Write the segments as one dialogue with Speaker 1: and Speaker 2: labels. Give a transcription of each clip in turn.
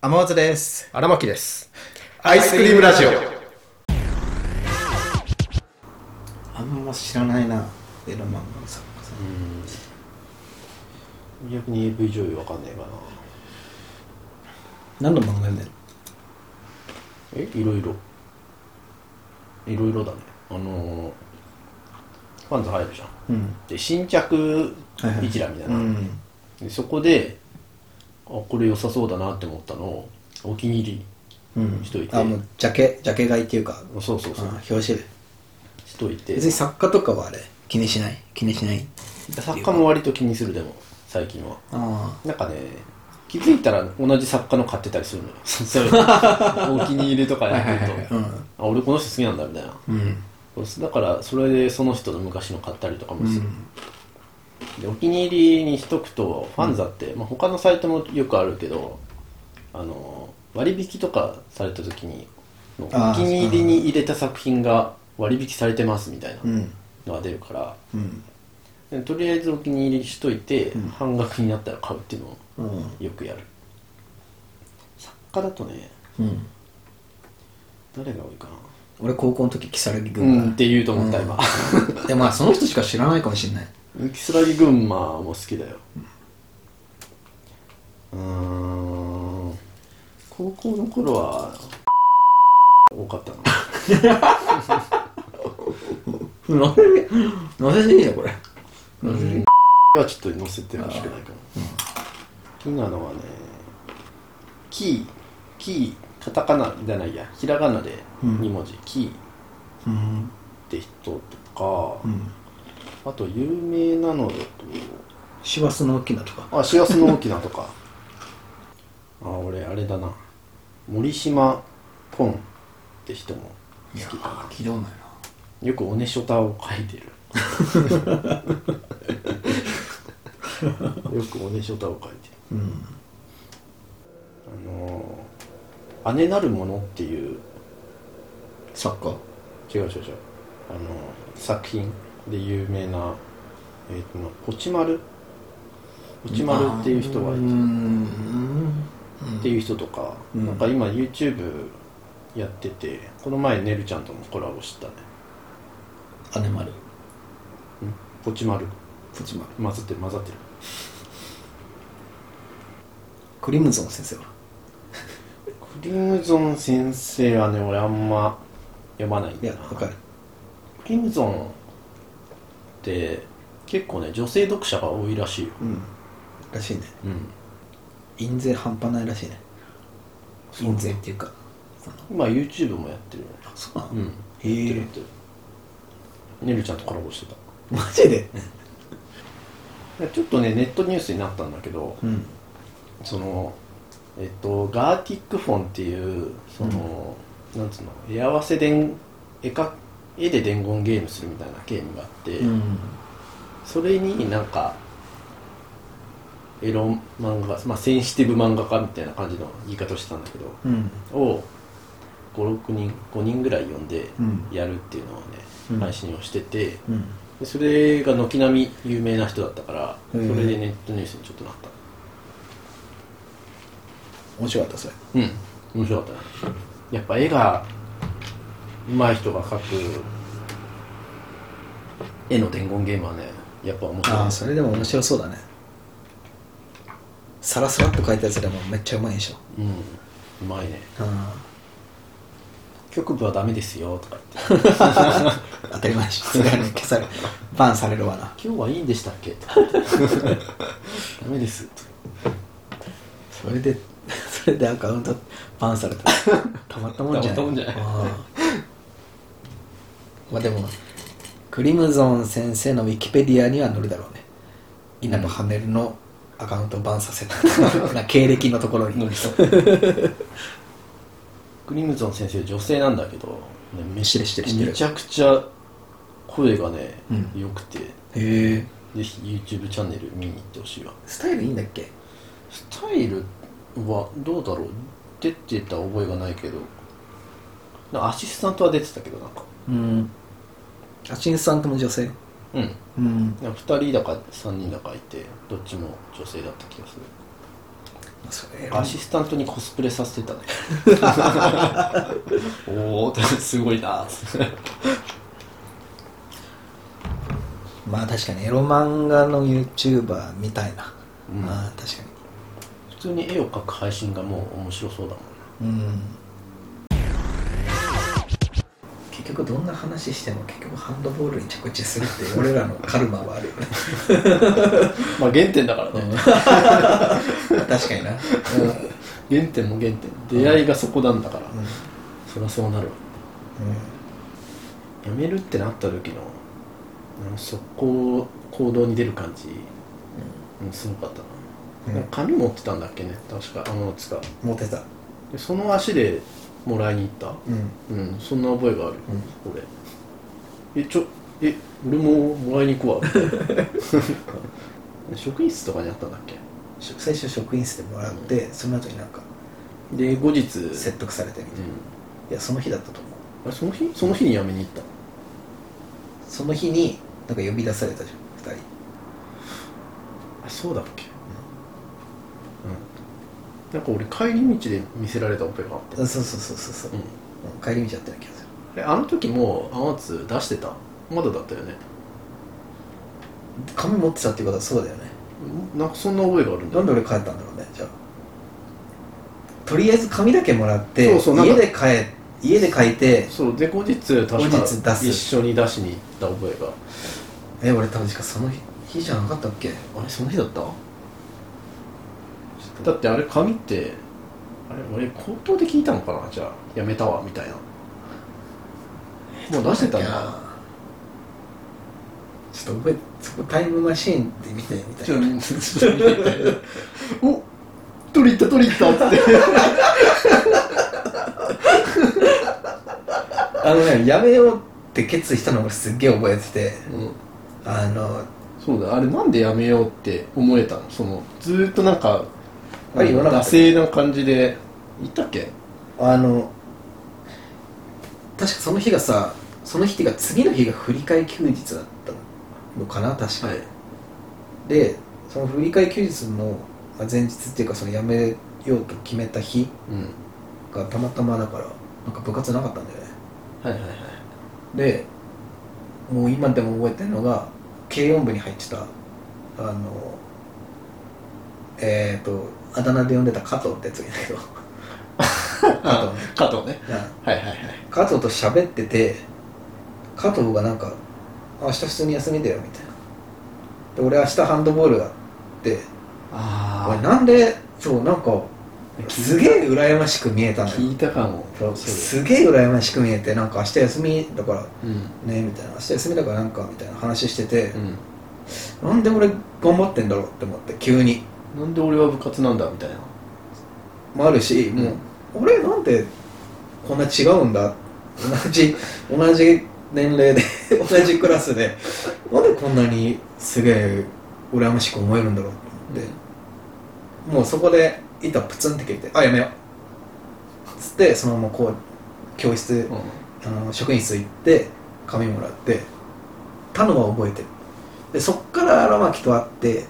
Speaker 1: 天松です
Speaker 2: 荒牧です。
Speaker 1: アイスクリームラジオあんま知らないなエロマンの作家さん
Speaker 2: 逆に AV 女優わかんないかな。
Speaker 1: 何の漫画読んでる
Speaker 2: えいろいろ。いろいろだね。あのー、ファンズ入るじゃん。
Speaker 1: うん
Speaker 2: で、新着
Speaker 1: はいはい
Speaker 2: 一覧みたいうな。
Speaker 1: ん
Speaker 2: でそこで、あ、これ良さそうだなって思ったのを、お気に入り
Speaker 1: うん
Speaker 2: しといて
Speaker 1: あもうジャケジャケ買いっていうか
Speaker 2: に。そうそう
Speaker 1: あ
Speaker 2: そう。
Speaker 1: 表紙で
Speaker 2: しといて。
Speaker 1: 別に作家とかはあれ気にしない気にしない
Speaker 2: 作家も割と気にする、でも、最近は。
Speaker 1: あ
Speaker 2: なんかね、気づいたら同じ作家の買ってたり するのよ。そういうお気に入りとか
Speaker 1: あはいは
Speaker 2: や
Speaker 1: い
Speaker 2: ってる
Speaker 1: はい
Speaker 2: と。あ、俺この人好きなんだみたいな。
Speaker 1: うんうん
Speaker 2: そうっすだからそれでその人の昔の買ったりとかもする、でお気に入りにしとくとファンザって、まあ、他のサイトもよくあるけどあの割引とかされた時にお気
Speaker 1: あー
Speaker 2: に入りに入れた作品が割引されてますみたい
Speaker 1: うんう
Speaker 2: なんのが出るから、
Speaker 1: うん
Speaker 2: でとりあえずお気に入りしといて、半額になったら買うっていうのを
Speaker 1: うん
Speaker 2: よくやる作家だとね
Speaker 1: うん
Speaker 2: 誰が多いかな
Speaker 1: 俺高校の時如月
Speaker 2: う
Speaker 1: 軍
Speaker 2: んっ
Speaker 1: 馬
Speaker 2: て言うと思った今、
Speaker 1: でまあその人しか知らないかもしれ ない
Speaker 2: キスラギ群馬も好きだようーん高校の頃は多かったな
Speaker 1: 載せて載せていいのこれ載せていい
Speaker 2: はちょっと載せてほしくないかな好きなのはねキーキーカタカナじゃないやひらがなで
Speaker 1: うん
Speaker 2: 2文字、キーっ
Speaker 1: うん
Speaker 2: て人とか、
Speaker 1: うん
Speaker 2: あと有名なのだ
Speaker 1: 師走の大きなとか
Speaker 2: とあ幸せの大きなとか あ俺あれだな森島ポンって人も
Speaker 1: いや
Speaker 2: 好きかな
Speaker 1: 聞いたことないな
Speaker 2: よくオネショタを書いてる よくオネショタを書いてる
Speaker 1: うん
Speaker 2: あのー姉なるものっていう
Speaker 1: サッカー
Speaker 2: 違う違う違うあのー作品で有名なえっ、となポチマルポチマルっていう人がいて
Speaker 1: うん
Speaker 2: っていう人とか、
Speaker 1: うん
Speaker 2: なんか今 YouTube やっててこの前ねるちゃんともコラボしたね
Speaker 1: 姉丸
Speaker 2: ポチマル
Speaker 1: プチ丸
Speaker 2: 混ざってる混ざってる
Speaker 1: クリムゾン先生は
Speaker 2: クリムゾン先生はね俺あんま読まないん
Speaker 1: い
Speaker 2: だ
Speaker 1: や
Speaker 2: よな
Speaker 1: わかる
Speaker 2: クリムゾンって結構ね女性読者が多いらしいよ
Speaker 1: うんらしいね
Speaker 2: うん
Speaker 1: 印税半端ないらしいね印税っていうかその
Speaker 2: 今 YouTube もやってるよね
Speaker 1: あそうなの、
Speaker 2: うん
Speaker 1: へ
Speaker 2: やってるや
Speaker 1: え
Speaker 2: ってるねるちゃんとコラボしてた
Speaker 1: マジで
Speaker 2: でちょっとねネットニュースになったんだけど、
Speaker 1: うん
Speaker 2: そのえっとガーティックフォンっていうその、なんつうの絵合わせ伝絵か絵で伝言ゲームするみたいなゲームがあって、
Speaker 1: うん
Speaker 2: それになんかエロ漫画、まあ、センシティブ漫画家みたいな感じの言い方をしてたんだけど
Speaker 1: うん
Speaker 2: を56人5人ぐらい呼んで
Speaker 1: うん
Speaker 2: やるっていうのをね、
Speaker 1: うん
Speaker 2: 配信をしてて
Speaker 1: うん
Speaker 2: でそれが軒並み有名な人だったからそ
Speaker 1: へ
Speaker 2: れ
Speaker 1: え
Speaker 2: でネットニュースにちょっとなった
Speaker 1: 面白かったそれ
Speaker 2: うん面白かったねやっぱ絵が上手い人が描く絵の伝言ゲームはねやっぱ面白い
Speaker 1: ああそれでも面白そうだねサラサラっと書いたやつでもめっちゃうまいでしょ
Speaker 2: うんうまいね
Speaker 1: うん
Speaker 2: 局部はダメですよとか言って
Speaker 1: 当たり前でしょそれはね消されバンされるわな
Speaker 2: 今日はいいんでしたっけと か言ってダメですと
Speaker 1: それで それでアカウントバンされ たたまったもんじゃない
Speaker 2: たまったもんじゃない
Speaker 1: うんまあでもクリムゾン先生のウィキペディアには載るだろうね稲葉ハネルのアカウントをバンさせた な経歴のところに
Speaker 2: クリムゾン先生女性なんだけど、ね、め
Speaker 1: 知ってる知ってる知ってる
Speaker 2: めちゃくちゃ声がね、
Speaker 1: うん
Speaker 2: 良くてぜ
Speaker 1: へえ
Speaker 2: ひ YouTube チャンネル見に行ってほしいわ
Speaker 1: スタイルいいんだっけ
Speaker 2: スタイルはどうだろう出てた覚えがないけどなんかアシスタントは出てたけどなんか
Speaker 1: うんアシンさんとも女性
Speaker 2: うん
Speaker 1: うん
Speaker 2: なんか2人だか3人だかいてどっちも女性だった気がする
Speaker 1: まあそれ
Speaker 2: アシスタントにコスプレさせてたね おおすごいな
Speaker 1: まあ確かにエロ漫画の YouTuber みたいな、
Speaker 2: うん
Speaker 1: まあ確か
Speaker 2: 普通に絵を描く配信がもう面白そうだもん
Speaker 1: にうん結局どんな話しても結局ハンドボールに着地するっていう俺らのカルマはあるよね
Speaker 2: まあ原点だからね、
Speaker 1: 確かにな、
Speaker 2: 原点も原点出会いがそこなんだから、そりゃそうなるわ辞めるってなった時のあの速攻行動に出る感じ、うん、すごかったな、
Speaker 1: うん
Speaker 2: 紙持ってたんだっけね確か天つか
Speaker 1: うん、モテた
Speaker 2: でその足でもらいに行っ
Speaker 1: うん
Speaker 2: たうんそんな覚えがある、
Speaker 1: う
Speaker 2: 俺えちょえ俺ももらいに行くわ 職員室とかにあったんだっけ
Speaker 1: し最初職員室でもらって、その後になんか
Speaker 2: で後日、うん、
Speaker 1: 説得されてみたいな、いやその日だったと思う
Speaker 2: あれその日その日に辞めに行った
Speaker 1: その日になんか呼び出されたじゃん2人
Speaker 2: あそうだっけうん、なんか俺帰り道で見せられたオペがあった
Speaker 1: そうそうそうそうそう、
Speaker 2: うん
Speaker 1: うん帰り道やってる気がする
Speaker 2: えあの時もうアーツ出してたまだだったよね
Speaker 1: 紙持ってたっていうことはそうだよね
Speaker 2: んなんかそんな覚えがあるんだ
Speaker 1: なんで
Speaker 2: よ
Speaker 1: 俺帰ったんだろうねじゃあとりあえず紙だけもらって
Speaker 2: そうそうなんか
Speaker 1: 家で帰家で書いて
Speaker 2: そうで後日確か
Speaker 1: 後日出す
Speaker 2: 一緒に出しに行った覚えが
Speaker 1: え俺多分しかその日日じゃなかったっけ
Speaker 2: あれその日だっただってあれ紙ってあれ俺口頭で聞いたのかなじゃあやめたわみたいなもう出して
Speaker 1: ど
Speaker 2: た
Speaker 1: うだっけ
Speaker 2: な
Speaker 1: なちょっと覚えそこタイムマシーンって見てみたい
Speaker 2: ちょっ
Speaker 1: な
Speaker 2: とちょっと見てて お取り入った取り 入ったっつって
Speaker 1: あのねやめようって決意したの俺すっげえ覚えててあの
Speaker 2: そうだあれなんでやめようって思えたのそのずーっとなんか
Speaker 1: あれ言わなか
Speaker 2: 惰
Speaker 1: った
Speaker 2: 性な感じで言ったっけ
Speaker 1: あの確かその日がさその日っていうか次の日が振り替え休日だったのかな確か、でその振り替え休日のまあ前日っていうかその辞めようと決めた日
Speaker 2: うん
Speaker 1: がたまたまだからなんか部活なかったんだよね
Speaker 2: はいはいはい
Speaker 1: でもう今でも覚えてるのが軽音部に入ってたあのえっ、ー、とあだ名で呼んでた加藤ってやつがいるんだけど加藤ね
Speaker 2: 加藤ね
Speaker 1: な
Speaker 2: はいはいはい
Speaker 1: 加藤と喋ってて加藤がなんか「あ明日普通に休みだよ」みたいな「で俺明日ハンドボールだ」って「おい
Speaker 2: あ
Speaker 1: なんでそうなんかすげえ羨ましく見えたのよ
Speaker 2: 聞いたかも
Speaker 1: そう
Speaker 2: そ
Speaker 1: すげえ羨ましく見えてなんか明日休みだから
Speaker 2: ううん
Speaker 1: ねみたいな明日休みだからなんかみたいな話してて
Speaker 2: う、ん
Speaker 1: なんで俺頑張ってんだろうって思って急に
Speaker 2: なんで俺は部活なんだみたいな
Speaker 1: もあるしもう、俺なんでこんな違うんだ同じ同じ年齢で 同じクラスでなんでこんなにすげえ羨ましく思えるんだろうって思ってもうそこで板プツンって切れて「あやめよう」つってそのままこう教室
Speaker 2: うん
Speaker 1: あの職員室行って紙もらってたのは覚えてるでそっから荒牧と会って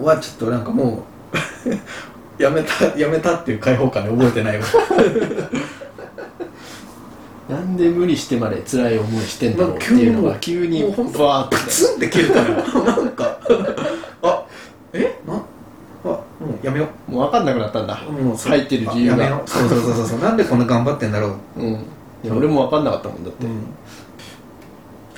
Speaker 2: うん
Speaker 1: はちょっとなんかもう やめたやめたっていう解放感で覚えてないわ
Speaker 2: なんで無理してまで辛い思いしてんだろうっていうのが急に
Speaker 1: もう
Speaker 2: バ
Speaker 1: ほんと
Speaker 2: ーって
Speaker 1: プツンって切れたのよ なんかあえなあもうやめよ
Speaker 2: もう分かんなくなったんだ
Speaker 1: うもう
Speaker 2: 入ってる
Speaker 1: あ
Speaker 2: 自由
Speaker 1: やめよ
Speaker 2: が
Speaker 1: うそうそうそうそうそうなんでこんな頑張ってんだろうっ
Speaker 2: うんいや俺も分かんなかったもんだって
Speaker 1: て、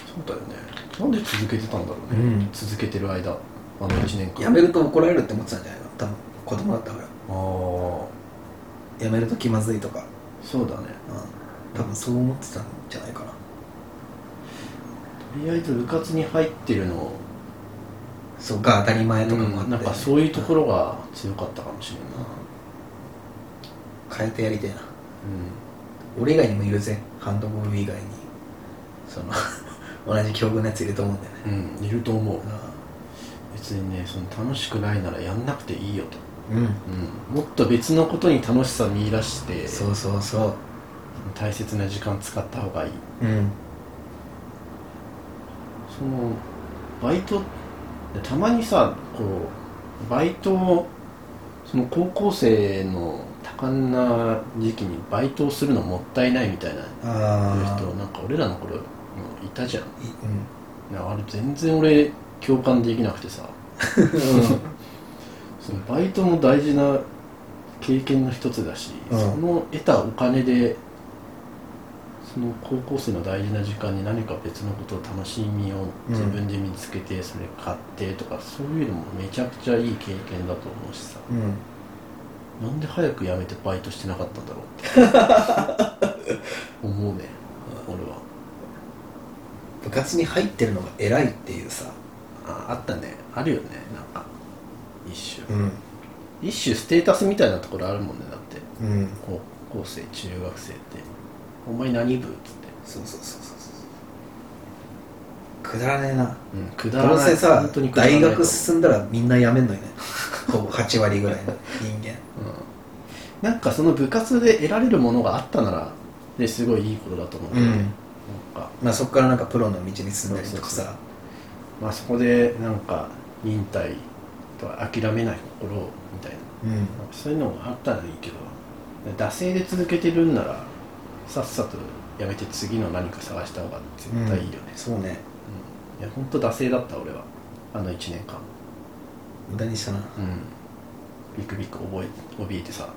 Speaker 2: そうだよねなんで続けてたんだろうね
Speaker 1: うん
Speaker 2: 続けてる間あの1年間
Speaker 1: やめると怒られるって思ってたんじゃないの多分子供だったから
Speaker 2: ああ
Speaker 1: やめると気まずいとか、
Speaker 2: そうだね
Speaker 1: うん、多分そう思ってたんじゃないかな
Speaker 2: とりあえず部活に入ってるの
Speaker 1: そうが当たり前とかもあって、
Speaker 2: うんなんかそういうところが強かったかもしれんな
Speaker 1: 変えてやりたいな
Speaker 2: う
Speaker 1: 俺以外にもいるぜハンドボール以外にその 同じ境遇のやついると思うんだよね
Speaker 2: ん、うん、いると思う別にねその楽しくないならやんなくていいよと、
Speaker 1: うん
Speaker 2: うん、もっと別のことに楽しさ見出して
Speaker 1: そうそうそ
Speaker 2: 大切な時間使った方がいいう
Speaker 1: うん
Speaker 2: そのバイトたまにさこうバイトをその高校生の多感な時期にバイトをするのもったいないみたいな
Speaker 1: ああ
Speaker 2: 人なんか俺らの頃もいたじゃん
Speaker 1: う
Speaker 2: いやあれ全然俺共感できなく てさ
Speaker 1: ん、うん
Speaker 2: そのバイトも大事な経験の一つだし、
Speaker 1: うん
Speaker 2: その得たお金でその高校生の大事な時間に何か別のことを楽しみを自分で見つけてそれ買ってとか、そういうのもめちゃくちゃいい経験だと思うしさ
Speaker 1: うん
Speaker 2: なんで早く辞めてバイトしてなかったんだろ うって思うね俺は
Speaker 1: 部活に入ってるのが偉いっていうさ、
Speaker 2: ああったねあるよねなんか一種、
Speaker 1: ん
Speaker 2: 一種ステータスみたいなところあるもんねだって
Speaker 1: うん、
Speaker 2: 高校生中学生って「お前何部?」っつって
Speaker 1: そうそうそうそうくだらねえな
Speaker 2: 「うんくだら
Speaker 1: どう
Speaker 2: ない
Speaker 1: せさ
Speaker 2: くだらな
Speaker 1: 大
Speaker 2: いと思う
Speaker 1: 学進んだらみんな辞めんのよねほぼ8割ぐらいの人間
Speaker 2: うん、なんかその部活で得られるものがあったならですごいいいことだと思うけど、なんか、
Speaker 1: まあそこからなんかプロの道に進んだりとか
Speaker 2: そう
Speaker 1: さ
Speaker 2: まあ、そこでなんか忍耐とか諦めない心みたいな
Speaker 1: うん
Speaker 2: なんかそういうのがあったらいいけど惰性で続けてるんならさっさとやめて次の何か探した方が絶対いいよね、
Speaker 1: そうね
Speaker 2: うんいや本当惰性だった俺はあの1年間
Speaker 1: 無駄にしたな
Speaker 2: うんビクビク覚え怯えてさ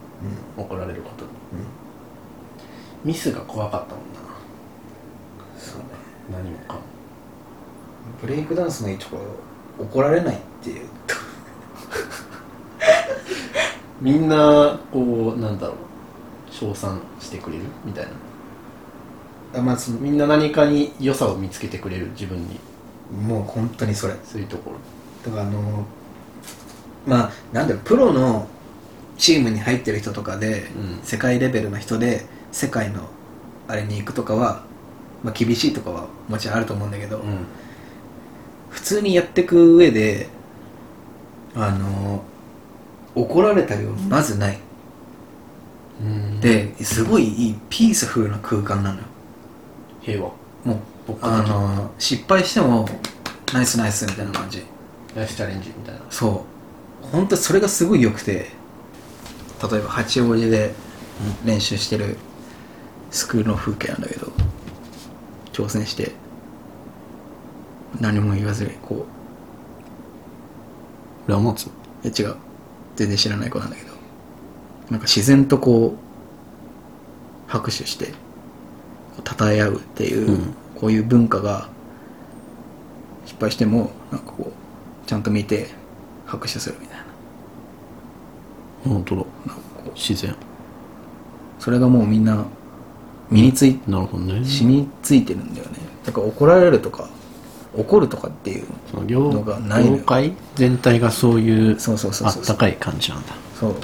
Speaker 1: う
Speaker 2: 怒られることに
Speaker 1: んうん
Speaker 2: ミスが怖かったもんな
Speaker 1: そうね
Speaker 2: 何もかも
Speaker 1: ブレイクダンスのいいところ怒られないっていう
Speaker 2: みんなこうなんだろう称賛してくれるみたいな
Speaker 1: あまあその
Speaker 2: みんな何かに良さを見つけてくれる自分に
Speaker 1: もう本当にそれ
Speaker 2: そういうところ
Speaker 1: だからあのまあなんだろうプロのチームに入ってる人とかで、
Speaker 2: うん
Speaker 1: 世界レベルの人で世界のあれに行くとかは、まあ、厳しいとかはもちろんあると思うんだけど、
Speaker 2: うん
Speaker 1: 普通にやっていく上であの怒られたりはまずない、
Speaker 2: うん
Speaker 1: ですごいいいピースフルな空間なのよ
Speaker 2: 平和
Speaker 1: もう
Speaker 2: 僕
Speaker 1: あ
Speaker 2: の
Speaker 1: の失敗してもナイスナイスみたいな感じ
Speaker 2: ナイスチャレンジみたいな
Speaker 1: そう本当それがすごい良くて例えば八王子で練習してるスクールの風景なんだけど挑戦して何も言わずにこ
Speaker 2: ラモツ
Speaker 1: ういや違う全然知らない子なんだけどなんか自然とこう拍手して称え合うっていう、
Speaker 2: うん
Speaker 1: こういう文化が失敗してもなんかこうちゃんと見て拍手するみたいな
Speaker 2: 本当だ
Speaker 1: なんかこう
Speaker 2: 自然
Speaker 1: それがもうみんな身につい、
Speaker 2: なるほどね
Speaker 1: 染みついてるんだよねだから怒られるとか怒るとかっていう
Speaker 2: その業
Speaker 1: のがないのよ
Speaker 2: 業界全体がそういう
Speaker 1: そうそうそ
Speaker 2: あ
Speaker 1: う
Speaker 2: っ
Speaker 1: そう
Speaker 2: たかい感じなんだ
Speaker 1: そ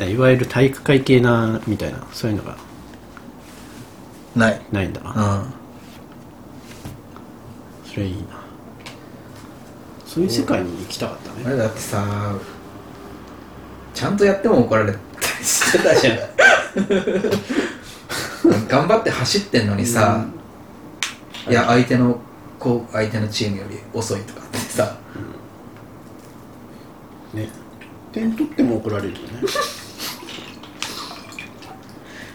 Speaker 1: う
Speaker 2: いわゆる体育会系なみたいなそういうのが
Speaker 1: ない
Speaker 2: ないんだ
Speaker 1: う
Speaker 2: なんそれいいなそういう世界に行きたかった
Speaker 1: あ
Speaker 2: ね
Speaker 1: れだってさちゃんとやっても怒られたりしてたじゃん 頑張って走ってんのにさ、いや相手のこう相手のチームより遅いとかってさ
Speaker 2: ね点取っても怒られるよね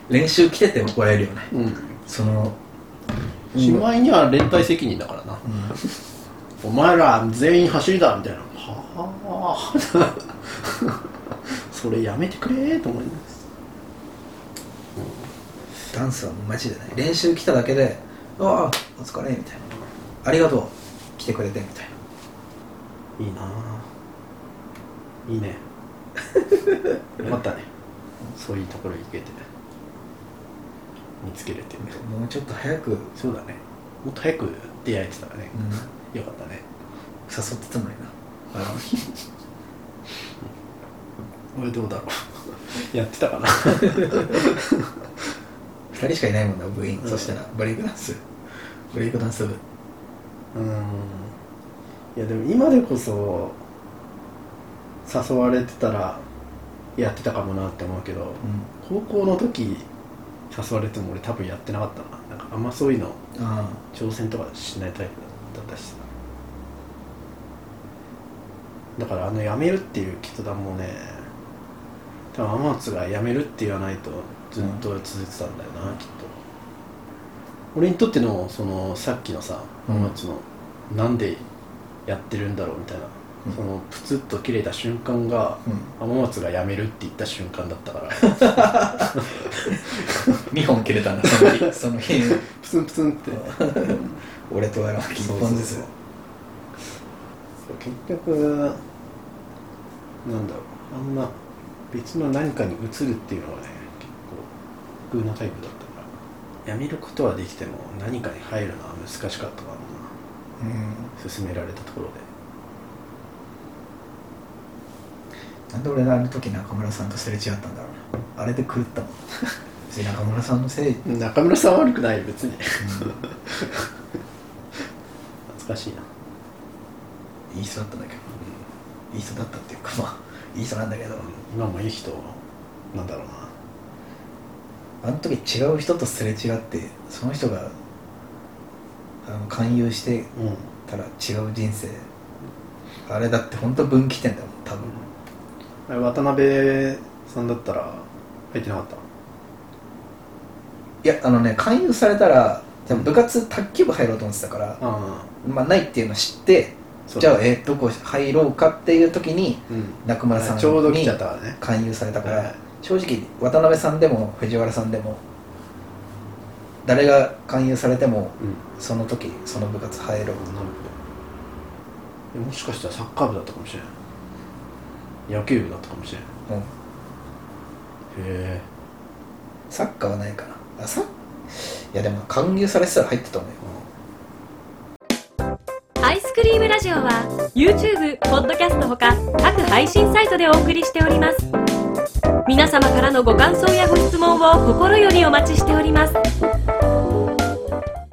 Speaker 1: 練習来てて怒られるよね
Speaker 2: う
Speaker 1: その
Speaker 2: んしまいには連帯責任だからな、お前ら全員走りだみたいなはあ それやめてくれと思います
Speaker 1: ダンスはマジでない練習来ただけで「ああお疲れ」みたいな「ありがとう来てくれて」みたい
Speaker 2: いいなぁいいね よかったねそういうところに行けて見つけれて
Speaker 1: なもうちょっと早く、うん、
Speaker 2: そうだねもっと早く出会えてたらね、よかったね
Speaker 1: 誘ってたのになあの日
Speaker 2: 俺どうだろう やってたかな
Speaker 1: 2人しかいないもんな部員、
Speaker 2: うん
Speaker 1: そしたらブレイクダンスブレイクダンス部
Speaker 2: うんいやでも今でこそ誘われてたらやってたかもなって思うけど、高校の時誘われても俺多分やってなかったななんかあんまそういうの
Speaker 1: あ
Speaker 2: 挑戦とかしないタイプだったしさだからあの辞めるっていう決断もね多分天松が辞めるって言わないとずっと続いてたんだよな、きっと俺にとってのそのさっきのさ
Speaker 1: うん
Speaker 2: 天松の、なんでやってるんだろうみたいな、
Speaker 1: うん
Speaker 2: そのプツッと切れた瞬間が
Speaker 1: うん
Speaker 2: 天松が辞めるって言った瞬間だったから
Speaker 1: 2本切れたんだその日 その日
Speaker 2: プツンプツンって
Speaker 1: 俺とやら一本ずつ
Speaker 2: そう結局なんだろうあんま別の何かに移るっていうのはね結構空なタイプだったからやめることはできても何かに入るのは難しかったかも
Speaker 1: うん
Speaker 2: な勧められたところで
Speaker 1: なんで俺があの時中村さんとすれ違ったんだろうなあれで狂ったもん別に中村さんのせい、うん
Speaker 2: 中村さんは悪くない別に懐かしいな、
Speaker 1: いい人だったんだけどいい人だったっていうかまあいい人なんだけど
Speaker 2: 今もいい人なんだろうな
Speaker 1: あの時違う人とすれ違ってその人があの勧誘して
Speaker 2: うん
Speaker 1: たら違う人生あれだって本当分岐点だもん多分
Speaker 2: あれ渡辺さんだったら入ってなかった
Speaker 1: いやあのね勧誘されたらでも部活卓球部入ろうと思ってたから、
Speaker 2: あ
Speaker 1: まあ、ないっていうの知ってじゃあ
Speaker 2: あ、
Speaker 1: えどこ入ろうかっていう時に
Speaker 2: うん、
Speaker 1: 中村さん
Speaker 2: ちょうど来
Speaker 1: に
Speaker 2: ちゃったからね
Speaker 1: 勧誘されたから、
Speaker 2: はい
Speaker 1: 正直渡辺さんでも藤原さんでも誰が勧誘されても
Speaker 2: うん
Speaker 1: その時その部活入ろう
Speaker 2: なんかえもしかしたらサッカー部だったかもしれない野球部だったかもしれない
Speaker 1: うん
Speaker 2: へえ
Speaker 1: サッカーはないかなあサッいやでも勧誘されてたら入ってたのよ
Speaker 3: アイスクリームラジオは YouTube、ポッドキャストほか各配信サイトでお送りしております皆様からのご感想やご質問を心よりお待ちしております